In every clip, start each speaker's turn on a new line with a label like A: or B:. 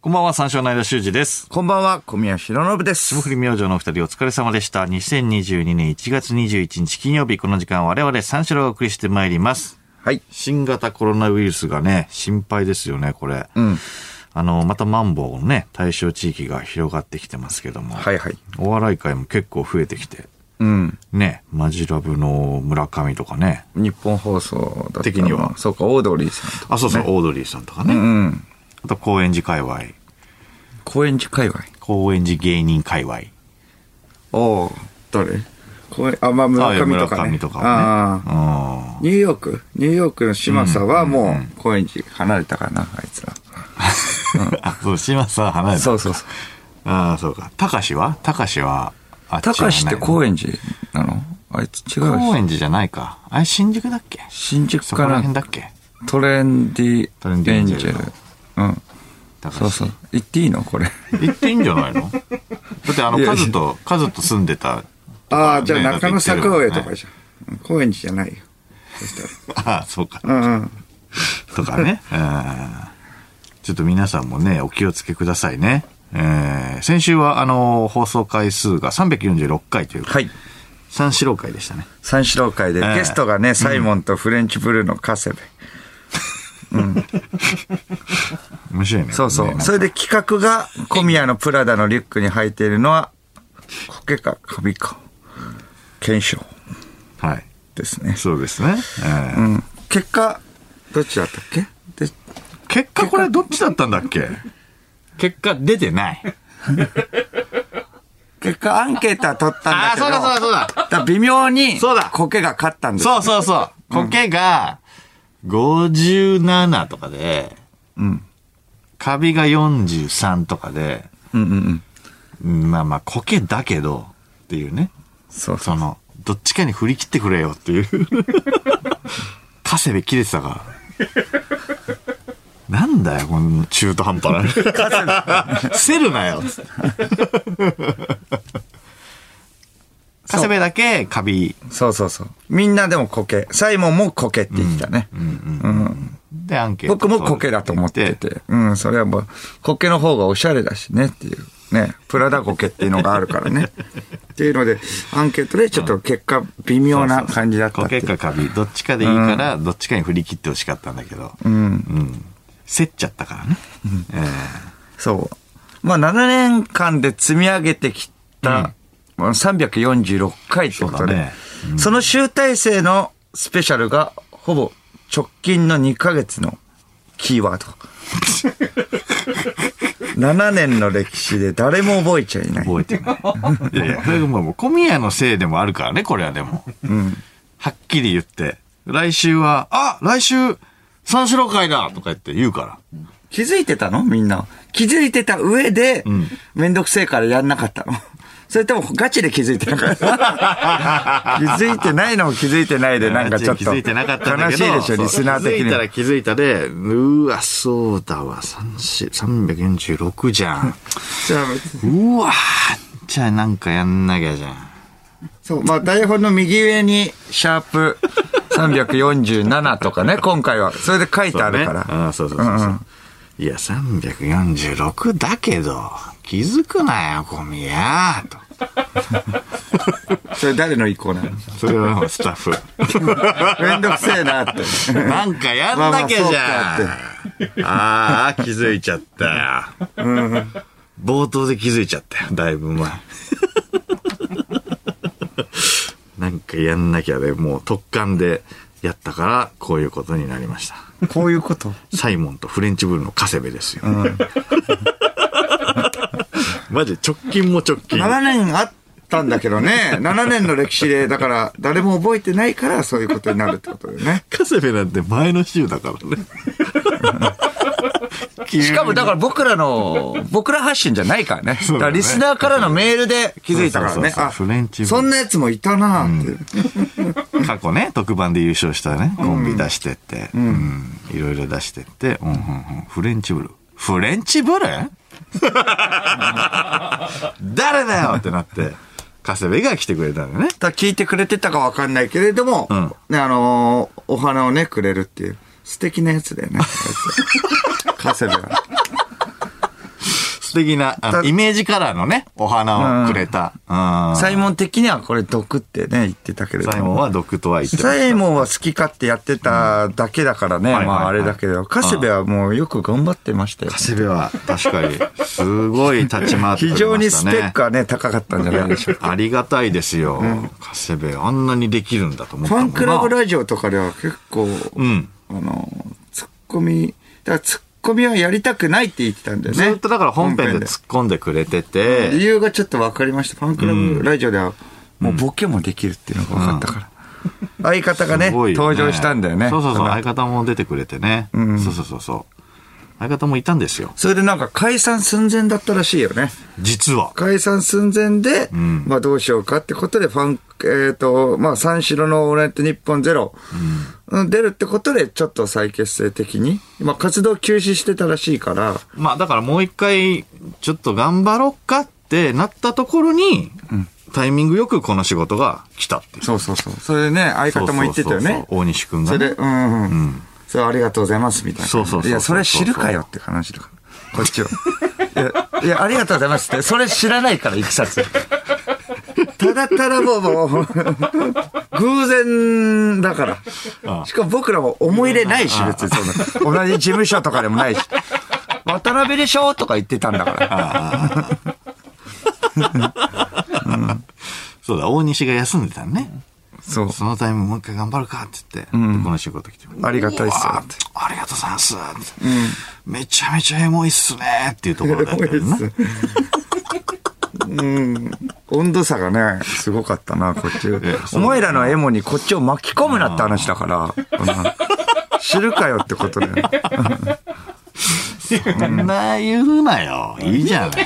A: こんばんは、三照の間修二です。
B: こんばんは、小宮弘信です
A: 霜。降り明星のお二人お疲れ様でした。2022年1月21日金曜日、この時間我々三照がお送りしてまいります。
B: はい。
A: 新型コロナウイルスがね、心配ですよね、これ。
B: うん。
A: あの、またマンボウのね、対象地域が広がってきてますけども。
B: はいはい。
A: お笑い界も結構増えてきて。
B: うん。
A: ね、マジラブの村上とかね。
B: 日本放送だったの
A: 的には
B: そうか、オードリーさんとか。
A: あ、そうそう、オードリーさんとかね。
B: うん。
A: あと、高円寺界隈。
B: 高円寺界隈。
A: 高円寺芸人界隈。
B: おお誰公園あ、まあ、村上とか、ね。
A: あ村上とか
B: ああ
A: はね。うん
B: ニューヨークニューヨークの嶋佐はもう高円寺離れたからな、あいつら。
A: あ、そう、島さん離れた。
B: そうそうそう。
A: ああ、そうか。高志は高志は、あっちじゃ
B: 高
A: ない
B: 橋って高円寺なのあいつ違う
A: 高
B: し。
A: 円寺じゃないか。あれ、新宿だっけ
B: 新宿
A: そこら
B: か
A: 辺だ
B: ら
A: っけ
B: トレンディ
A: トレンディ
B: エ
A: エン
B: ン
A: ジ
B: ジ
A: ェル
B: ェ
A: の
B: ル。うん。
A: 高志
B: そうそう。言っていいのこれ。
A: 行っていいんじゃないのだって、あの、
B: いやい
A: カ
B: や
A: ズと、カズと住んでたとか。
B: ああ、じゃあ
A: ね
B: 中野坂上と
A: だ
B: か
A: って
B: じゃん。高円寺じゃないよ。そした
A: 言
B: ら。
A: ってるわねああ、そうか。
B: うんうん。
A: とかね。うんちょっと皆さんもね、お気をつけくださいね。えー先週は、あの、放送回数が346回というか、
B: はい。
A: 三四郎回でしたね。
B: 三四郎会で、
A: ええ
B: ゲストがね、サイモンとフレンチブルーのカセベ。
A: 面白いね。
B: そうそ
A: ねなん
B: う。
A: か
B: それで企画が、小宮のプラダのリュックに履いているのは、コケかカビか、検証
A: はい。
B: ですね。
A: そうですね。えー
B: うん。結果、どっちだったっけで
A: 結果これどっちだったんだっけ結果出てない。
B: 結果アンケートは取ったんだけど、
A: だそうだ。
B: だから微妙に、
A: そうだ
B: コケが勝ったんです。
A: そうそうそう。コケが57とかで、
B: うん。
A: カビが43とかで、
B: うんうんうん。
A: うんまあまあコケだけどっていうね。
B: そうそ
A: そ
B: う。
A: の、どっちかに振り切ってくれよって いう。カセベ切れてたから。なんだよ、この中途半端な。セルなよ。カセベだけカビ。
B: そうそうそう。みんなでもコケ。サイモンもコケって言ってたね。
A: で、アンケート。
B: 僕もコケだと思って。て。うん、それはもう、コケの方がおしゃれだしねっていう。ね。プラダコケっていうのがあるから ね。っていうので、アンケートでちょっと結果微妙な感じだっ
A: コ
B: たってい
A: ケ
B: う。
A: かカビ、どっちかでいいから、どっちかに振り切ってほしかったんだけど。うん。競っちゃったからね。え
B: そう。まあ、7年間で積み上げてきた、まあ346回ってこと
A: そうだ
B: で
A: ね、
B: その集大成のスペシャルが、ほぼ直近の2ヶ月のキーワ ード。7年の歴史で誰も覚えちゃいな
A: ー
B: い。
A: 覚えて ない。いやいや、これがもう、小宮のせいでもあるからね、これはでも。
B: うん。
A: はっきり言って、来週は、あ来週、三四郎会だとか言って言うか
B: 気づいてたのみんな。気づいてた上で、
A: ん
B: めんどくせえからやんなかったの それともガチで気づいてなかった 気づいてないのも気づいてないで、
A: ら。
B: なんかちょっと。
A: 気づいてなかったんだけど。
B: 悲しいでしょ、リスナー
A: そう気づ
B: 的
A: いたら
B: に。
A: 気づいたで、うわ、そうだわ、三四346じゃん。
B: じゃあ
A: うわじゃあなんかやんなきゃじゃん。
B: そう、まあ台本の右上に、シャープ347とか ね、今回は。それで書いてあるから。
A: ああ、そうそうそうそう。
B: うんうん
A: いや、346だけど、気づくなよ、小宮。と。
B: それ誰の意向な の
A: それはもうスタッフ。
B: めんどくせえなって。
A: なんかやんなきゃじゃん。
B: まあま
A: ああ、気づいちゃったよ。冒頭で気づいちゃったよ、だいぶ前。なんかやんなきゃで、もう特感でやったから、こういうことになりました。
B: こういうこと
A: サイモンとフレンチブルのカセベですよ。 マジ直近も直近。
B: 7年あったんだけど ね。7年の歴史で、だから、誰も覚えてないから、そういうことになるってことだよね。
A: カセベなんて前の週だからね。
B: しかも、だから僕らの、僕ら発信じゃないからね。
A: う
B: だか
A: だね
B: らリスナーからのメールで気づいたから
A: そうそう
B: ね。
A: そう
B: あ、
A: フレンチブル
B: そんなやつもいたなっていう。
A: 過去ね、特番で優勝したね、コンビ出してって、うんいろいろ出してって、うんうんうん、フレンチブル。フレンチブル 誰だよってなって、カセベが来てくれたんだね。
B: だから聞いてくれてたかわかんないけれども、
A: ん
B: ね、あのーお花をね、くれ るっていう。素敵なやつだよね。カセベは。
A: 素敵な、あの
B: た
A: イメージカラーのね、お花をくれた。うん。
B: サイモン的にはこれ毒ってね、言ってたけれども。
A: サイモンは毒とは言ってました
B: サイモンは好き勝手やってただけだからね。
A: うんはいはいはい
B: まああれだけど、カセベはもうよく頑張ってましたよ。
A: 長谷部は確かに、すごい立ち回ってくれましたね。
B: 非常にスペックはね、高かったんじゃないでしょうか。
A: ありがたいですよ。長谷部あんなにできるんだと思った
B: フ
A: も
B: ァ
A: んな
B: ンクラブラジオとかでは結構、
A: うん。
B: あの、ツッコミ、だからツッコミはやりたくないって言ってたんだよね。
A: ずっとだから本編で突っ込んでくれてて、
B: 理由がちょっと分かりました。ファンクラブラジオでは、もうボケもできるっていうのが分かったから。相方がね
A: すごいよ
B: 登場したんだよね。
A: そうそうそう、
B: あの
A: 相方も出てくれてね。そうそうそうそう。相方もいたんですよ。
B: それでなんか解散寸前だったらしいよね。
A: 実は。
B: 解散寸前で、まあどうしようかってことで、ファン、えっ、と、まあ三四郎のオールナイト日本ゼロ、うん、出るってことで、ちょっと再結成的に、まあ活動休止してたらしいから、
A: まあだからもう一回、ちょっと頑張ろっかってなったところに、タイミングよくこの仕事が来たっていう。
B: そうそうそう。それでね、相方も言ってた
A: そう
B: よ
A: そう
B: ね
A: そ。う大西くんが
B: そ
A: ね、
B: れで、うんうん。それありがとうございます、みたいな。
A: そうそうそうそう
B: いや、それ知るかよって話だから。こっちは。いや、いやありがとうございますって、それ知らないから、いきさ つ。ただただもう、もう偶然だから。しかも僕らも思い入れないし、別にそんな。同じ事務所とかでも ないし。渡辺でしょとか言ってたんだから。
A: そうだ、大西が休んでたね。
B: そう。
A: そのタイミングもう一回頑張るかって言って、でこの仕事来て。
B: ありがたいっすよ
A: うわーありがとうございます。めちゃめちゃエモいっすねっていうところだったよな。
B: 温度差がね、すごかったな、こっち。お前らのエモにこっちを巻き込むなって話だから、うん知るかよってことだよね。
A: そんな言うなよ。いいじゃな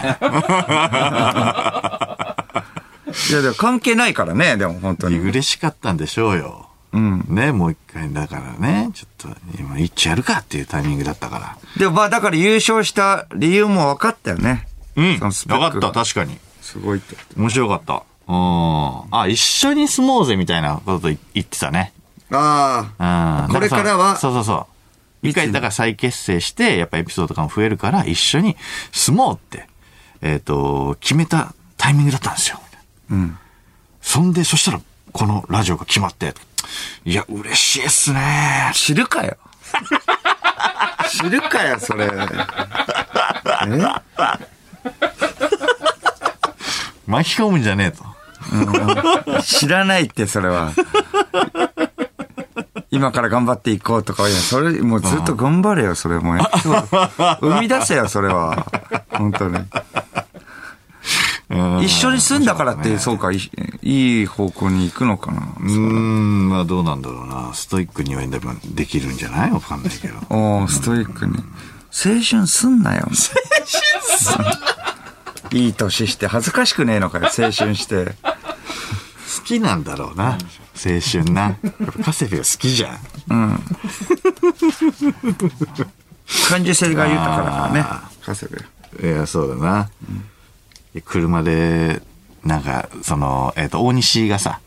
A: い。
B: いや、でも関係ないからね、でも本当に。
A: 嬉しかったんでしょうよ。
B: うん。
A: ね、もう一回、だからね、ちょっと、今、一致やるかっていうタイミングだったから。
B: でもまあ、だから優勝した理由も分かったよね。
A: うん。
B: そのスペ
A: 分
B: ッ
A: か
B: ク
A: っ
B: が
A: た、確かに。
B: すごいって。
A: 面白かった。うん。あ、一緒に住もうぜみたいなこと言ってたね。
B: あ
A: うん。
B: これからは
A: だそうそうそうそう。一回、だから再結成して、やっぱエピソードとかも増えるから、一緒に住もうって、えっ、と、決めたタイミングだったんですよ。
B: うん。
A: そんで、そしたら、このラジオが決まって、いや、嬉しいっすね
B: 知るかよ。知るかよ、それ。
A: 巻き込むんじゃねえと。
B: 知らないって、それは。今から頑張っていこうとか、いや、それ、もうずっと頑張れよ、それもう。生み出せよ、それは。本当に。
A: うん
B: 一緒に住んだからって、そうか、いいい方向に行くのかな。
A: うーん、まあどうなんだろうな。ストイックにはでもできるんじゃないわかんないけど。
B: おー、ストイックに。青春すんなよ。青春すんないい年して恥ずかしくねえのかよ、青春して。
A: 好きなんだろうな。青春な。やっぱカセフが好きじゃん。
B: 感受性が豊かだからね。稼ぐ。
A: いや、そうだな。車で、なんか、その、えっ、と、大西がさ、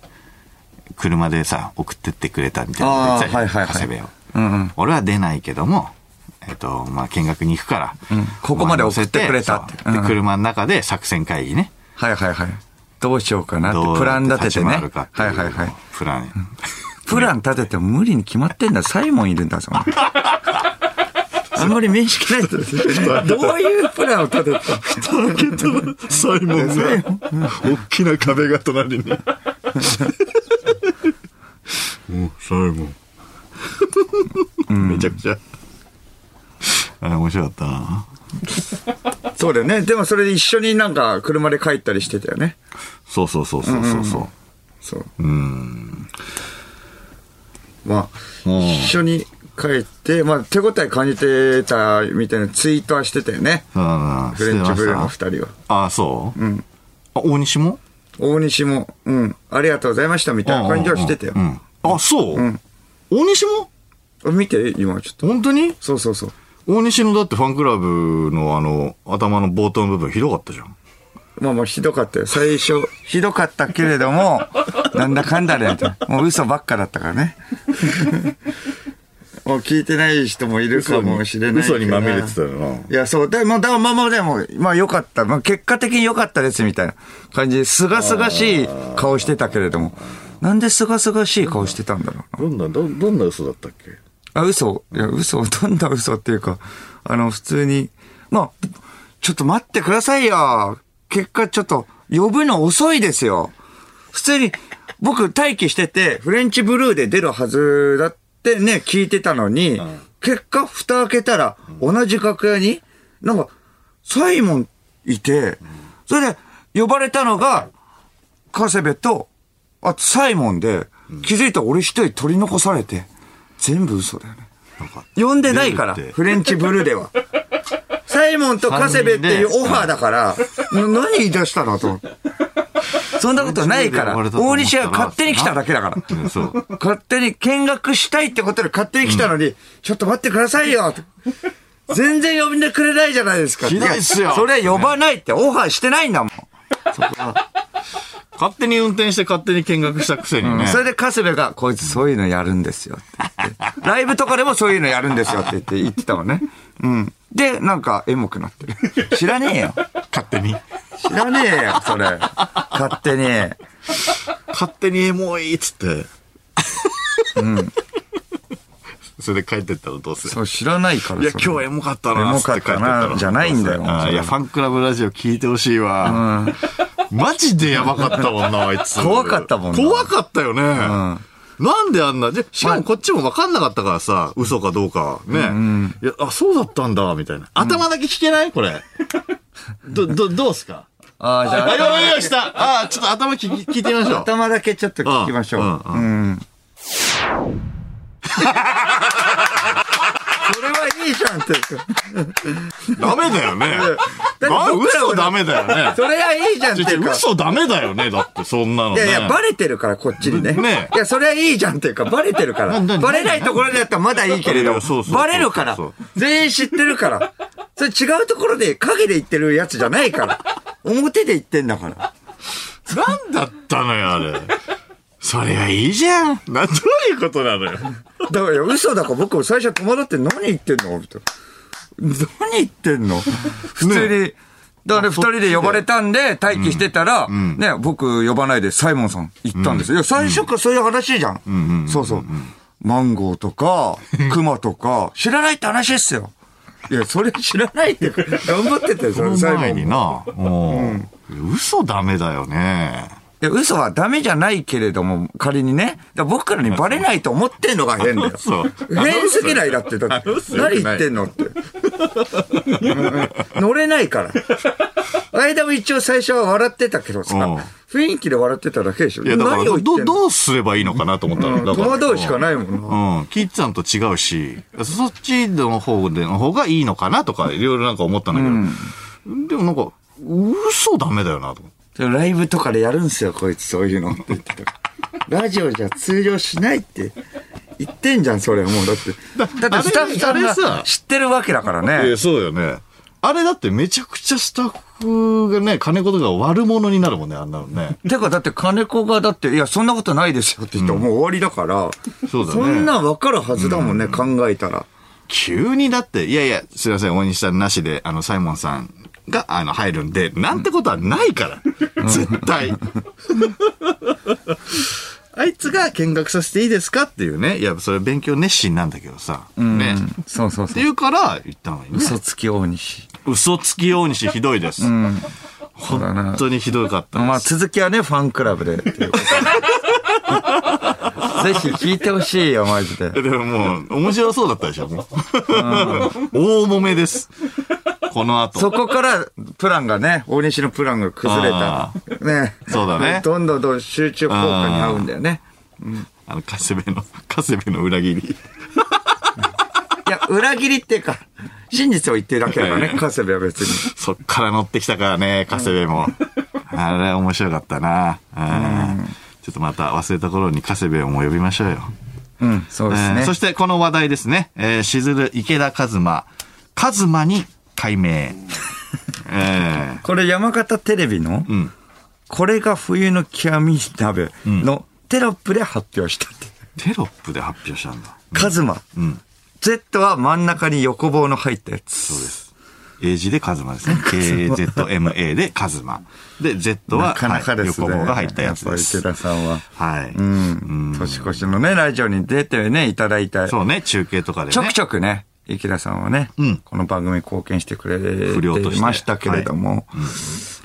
A: 車でさ、送ってってくれたみたいなこと言ってたじゃん
B: あーはいはいはい
A: 長谷部を。
B: うんうん。
A: 俺は出ないけども、えっ、と、まあ、見学に行くから。
B: ここまで送ってくれたって
A: そうで
B: うん
A: 車の中で作戦会議ね。
B: はいはいはい。どうしようかな
A: ど
B: っ
A: う
B: て、プラン立ててね。
A: やっ
B: はい
A: 立ち回るかって
B: はいいうはい。
A: プラン。
B: プラン立てても無理に決まってんだ。サイモンいるん だぞ。あんまり面識ないと。どういうプランを立てた
A: サイモンが、大きな壁が隣に。もう、サイモン。めちゃくちゃ。あれ、面白かったな。
B: そうだよね。でもそれで一緒になんか車で帰ったりしてたよね。
A: そうそうそうそうそうそ
B: そう。
A: う。うん。
B: ま
A: う
B: あ、
A: ん
B: 一緒に帰って、まあ手応え感じてたみたいなツイートはしてたよね。
A: ああ
B: フレンチブルーの
A: 捨て
B: 二人は。
A: ましたああ、そううん。あ、大西も
B: 大西も、うん、ありがとうございましたみたいな感じはしてたよ
A: う。んあ、そう大西も
B: 見て、今ちょっと。
A: 本当に
B: そうそうそう。
A: 大西のだってファンクラブのあの、頭の冒頭の部分ひどかったじゃん。
B: まあまあひどかったよ。最初、ひどかったけれど も、なんだかんだで、もう嘘ばっかだったからね。 もう聞いてない人もいるかもしれない
A: 嘘に
B: から
A: 嘘にまみれてたよない
B: や、そう。でも、だまあまあ、でも、まあ良かった。まあ結果的に良かったです、みたいな感じで、すがすがしい顔してたけれども。なんですがすがしい顔してたんだろうな。
A: どんな、ど、どんな嘘だったっけ
B: あ、嘘いや、嘘、 どんな嘘っていうか、あの、普通に、まあ、ちょっと待ってくださいよ。結果ちょっと、呼ぶの遅いですよ。普通に、僕待機してて、フレンチブルーで出るはずだってね、聞いてたのに、結果、蓋開けたら、同じ楽屋に、なんか、サイモンいて、それで、呼ばれたのが、カセベと、あとサイモンで、気づいたら俺一人取り残されて、全部嘘だよね。呼んでないから、
A: 全部って
B: フレンチブルー では。サイモンとカセベっていうオファーだから、な何言い出したのと思って。そんなことないから、大西が勝手に来ただけだから。
A: うんそう。
B: 勝手に見学したいってことで勝手に来たのに、ちょっと待ってくださいよと全然呼んでくれないじゃないですか。
A: ひどいっすよ
B: やそれは呼ばないってオファーしてないんだもん。
A: 勝手に運転して勝手に見学したくせにね。
B: それでカスベが、こいつそういうのやるんですよって言 って。ライブとかでもそういうのやるんですよって言って言ってたもんね。うん。で、なんかエモくなってる。知らねえよ。
A: 勝手に。
B: 知らねえよ、それ。勝手に。
A: 勝手にエモいっつって。それで帰ってったらどうする
B: そう、知らないから
A: いや、
B: それ
A: 今日エモかったなっつって帰ってった
B: エモかった
A: ら。
B: なじゃないんだよ
A: あーいや、ファンクラブラジオ聞いてほしいわ。マジでやばかったもんな、あいつ。
B: 怖かったもんな
A: 怖かったよね。なんであんな、でしかもこっちも分かんなかったからさ、嘘かどうか。ね。いや、あ、そうだったんだ、みたいな。頭だけ聞けないこ れ。ど、ど、どうっすか
B: ああ、じゃ
A: あ、
B: あ
A: よいよいした。あー、ちょっと頭聞き聞いてみましょう。
B: 頭だけちょっと聞きましょう。
A: うんう
B: うん。 それはいいじゃんって。
A: ダメだよね。
B: だって
A: あ
B: 僕ら
A: 嘘
B: は
A: ダメだよね。
B: それはいいじゃんって
A: ちょち
B: い
A: ょ
B: うか。
A: 嘘ダメだよね。だって、そんなの
B: い
A: ね。
B: やいや、バレてるから、こっちにね。
A: ね
B: いや、それはいいじゃんっていうか、バレてるから。
A: なな
B: バレないところでやったらまだいいけれ
A: い
B: ど
A: やそうそうそう、
B: バレるから
A: そう。
B: 全員知ってるから。それ違うところで、影で言ってるやつじゃないから。表で言ってんだから。
A: なんだったのよ、あれ。それはいいじゃん。な、どういうことなのよ。
B: だから、嘘だから僕も最初戸惑って何言ってんのみたいな何言ってんの普通に。だからね二人で呼ばれたんで、待機してたら、ね、僕呼ばないでサイモンさん行ったんですよ。いや、最初からそういう話じゃん。そうそう。マンゴーとか、クマとか、知らないって話っすよ。いや、それ知らないって、頑張ってたよ、そ
A: そ
B: れ、
A: の
B: サ
A: 前
B: イモ
A: に
B: ンも。
A: な。うん。嘘ダメだよね。
B: いや、嘘はダメじゃないけれども、仮にね。だから僕らにバレないと思ってんのが 変だよ。
A: 嘘。
B: 変すぎないだって、だっ
A: あ
B: て
A: の嘘。よくない
B: 何言ってんのって。 乗れないから。間も一応最初は笑ってたけどさ
A: うん、
B: 雰囲気で笑ってただけでしょ。
A: いや、だから、
B: 何を言っ
A: ど、
B: てんの
A: どうすればいいのかなと思ったの。だ
B: 戸
A: ら
B: 惑うしかないもんな。
A: うん。キッズさんと違うし、そっちの方での方がいいのかなとか、いろいろなんか思ったんだけど。でもなんか、嘘ダメだよなと思って。
B: でもライブとかでやるんすよ、こいつ、そういうのって言ってた。ラジオじゃ通用しないって言ってんじゃん、それ。もう、だって。だってスタッフさ
A: あ
B: ん
A: れさ
B: が知ってるわけだから
A: い
B: ね
A: や、。そうよね。あれだってめちゃくちゃスタッフがね、金子とか悪者になるもんね、あんなのね。
B: てか、だって金子が、だって、いや、そんなことないですよって言ったら、もう終わりだから、
A: そうだね
B: そんなん分かるはずだもんね、考えたら。
A: 急にだって、いやいや、すいません、大西さんなしで、あの、サイモンさんが、あの、入るんで、なんてことはないから。絶対。あいつが見学させていいですかっていうね。いや、それ勉強熱心なんだけどさ。ね。っ
B: そうそう
A: て。いうから、言ったのにね。
B: 嘘つき大西。
A: 嘘つき大西ひどいです。
B: だな
A: 本当にひどかったです。
B: まあ、続きはね、ファンクラ ブでっていうことで。ぜひ聞いてほしいよ、マジで。
A: でももう、面白そうだったでしょ、もう。 大揉めです。この後。
B: そこから、プランがね、大西のプランが崩れた
A: あ。
B: ね。
A: そうだね
B: どんどんどん集中効果に合うんだよね。
A: あの、カセベの、カセベの裏切り。
B: いや、裏切りっていうか、真実を言ってるだけだからね、カセベは別に。
A: そっから乗ってきたからね、カセベも。あれ面白かったな。うんちょっとまた忘れた頃にカセベをもう呼びましょうよ。
B: うん、そうです
A: えー
B: ね
A: そ。してこの話題ですね。えー、しずる池田和馬。和馬に改 名。え
B: これ山形テレビの、
A: ーうん。
B: これが冬の極み鍋のテロップで発表したって。
A: テロップで発表したんだ。
B: カズマ、 Z は真ん中に横棒の入ったやつ。
A: そうです。英字でカズマ ですね。KZMA でカズマ。で、Z は、
B: なかなかですね。
A: はい横棒が入ったやつで
B: やっ
A: す
B: ぱ。池田さんは。
A: はい。
B: うん。年越しのね、ラジオに出てね、いただいた。
A: そうね、中継とかでね。
B: ちょくちょくね、池田さんはね、
A: うん
B: この番組に貢献してくれ
A: 不良としてて
B: ましたけれども、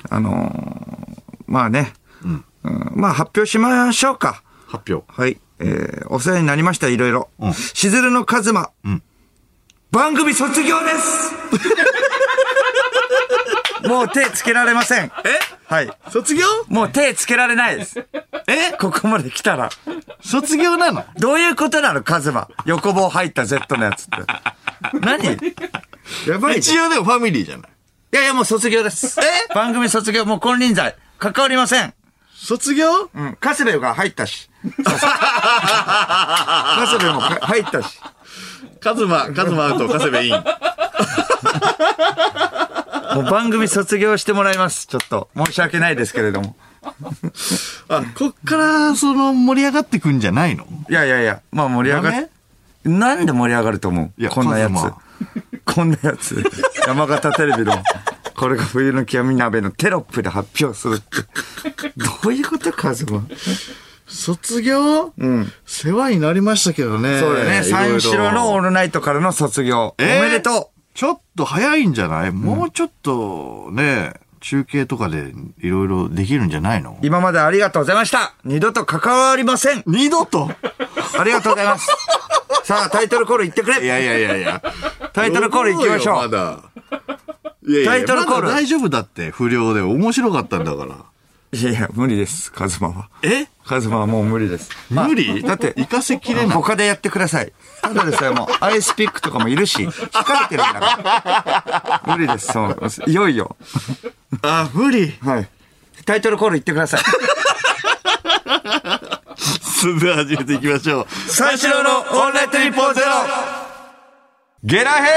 B: あのーまあね、うんまあ発表しましょうか。
A: 発表。
B: はい。えー、お世話になりました、いろいろ。
A: うん
B: しずるのカズマ。
A: ん
B: 番組卒業です もう手つけられません。はい。
A: 卒業
B: もう手つけられないです。
A: え
B: ここまで来たら。
A: 卒業なの
B: どういうことなのカズマ。横棒入った Z のやつって。何やばいね。
A: 一応でもファミリーじゃない。
B: いやいや、もう卒業です。え番組卒業、もう金輪際。関わりません。
A: 卒業
B: うん。カスベが入ったし。 カスベもか入ったし。
A: カズマ、カズマアウト、カセベイン。
B: もう番組卒業してもらいます。ちょっと。申し訳ないですけれども。
A: あ、こっから、その、盛り上がってくんじゃないの
B: いやいやいや、まあ盛り上が
A: ダ
B: る。なんで盛り上がると思
A: いうや
B: こんなや
A: カズマ
B: つ。こんなやつ。山形テレビの、これが冬の極み鍋のテロップで発表するって。どういうことカズマ。
A: 卒業うん。世話になりましたけどね。
B: そうだね。三四郎のオー
A: 俺。
B: ルナイトからの卒業。お
A: えー
B: めでとう。
A: ちょっと早いんじゃないもうちょっと、ね、中継とかでいろいろできるんじゃないの
B: 今までありがとうございました。二度と関わりません。
A: 二度と
B: ありがとうございます。さあ、タイトルコール言ってくれ。
A: いやいやいやいや。
B: タイトルコール行きましょう
A: どよまだ。いやいや
B: タイトルコール
A: まだ大丈夫だって、不良で。面白かったんだから。
B: いやいや、無理です。カズマは。
A: え
B: カズマはもう無理です。
A: 無理
B: だって、
A: 行かせきれない。
B: 他でやってください。ただでさえもう、アイスピックとかもいるし、疲れてるんだから。無理です、そう。いよいよ。
A: あ、無理。
B: はい。タイトルコール言ってください。
A: それでは始めていきましょう。
B: 三四郎のオールナイトニッポンゼロ
A: ゲラヘ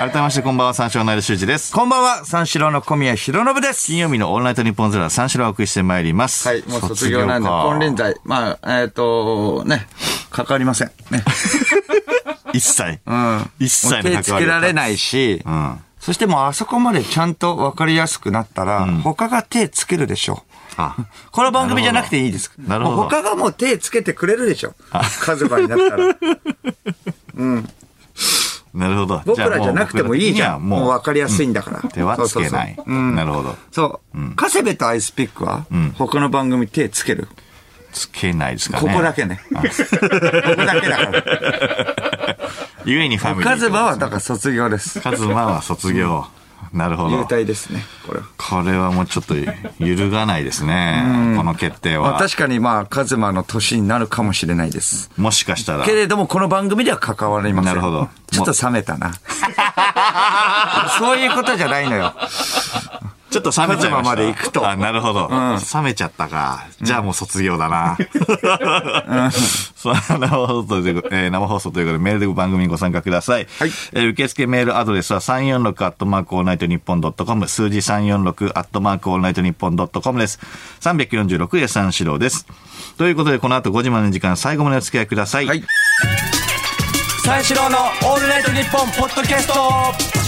A: ー改めましてこんばんは、三四郎の間修二です。
B: こんばんは、三四郎の小宮弘信です。
A: 金曜日のオールナイトニッポンゼロは三四郎をお送りしてまいります。
B: はい、もう卒業なんで、金輪
A: だ。
B: 際。まあ、えっ、と、ね、関わりません。ね。
A: 一切。
B: うん。
A: 一切の。
B: もう手つけられないいし、
A: うん。
B: そしてもうあそこまでちゃんと分かりやすくなったら、他が手つけるでしょう。
A: あ、
B: この番組じゃなくていいです。
A: なるほど
B: もう他がもう手つけてくれるでしょ。カズマに なったら。
A: なるほど。
B: 僕らじゃなくてもいいじゃん。
A: もう
B: も
A: 僕
B: う
A: ら
B: 分
A: 的
B: かりやすいんだから。
A: にはもう手はつけない。
B: そうそうそううん
A: なるほど。
B: そう。カセベとアイスピックは、他の番組手つける。
A: つけないですか
B: こ
A: ね。
B: こだ。けね。 ここだけだから。
A: ゆえにファミリー。
B: カズマはだから卒業です。
A: カズマは卒業。なるほ
B: 優
A: ど。
B: 待ですね、これは。
A: これはもうちょっと揺るがないですね。この決定
B: まあ
A: は。
B: 確かにまあ、カズマの年になるかもしれないです。
A: もしかしたら
B: け。れども、この番組では関わりませ
A: な
B: ん。
A: るほど
B: ちょっと冷めた な。そういうことじゃないのよ。
A: ちょっと冷めちゃいました。
B: カズマまで行くと
A: あ、なるほど。冷めちゃったか。じゃあもう卒業だな。 そう生放送ということで、えー生放送ということで、メールで番組にご参加ください。
B: はい
A: えー受付メールアドレスは346アットマークオールナイトニッポンドットコム、数字346アットマークオールナイトニッポンドットコムです。346で三四郎です。ということで、この後5時までの時間、最後までお付き合いください。
B: はい三四郎のオールナイトニッポンポッドキャスト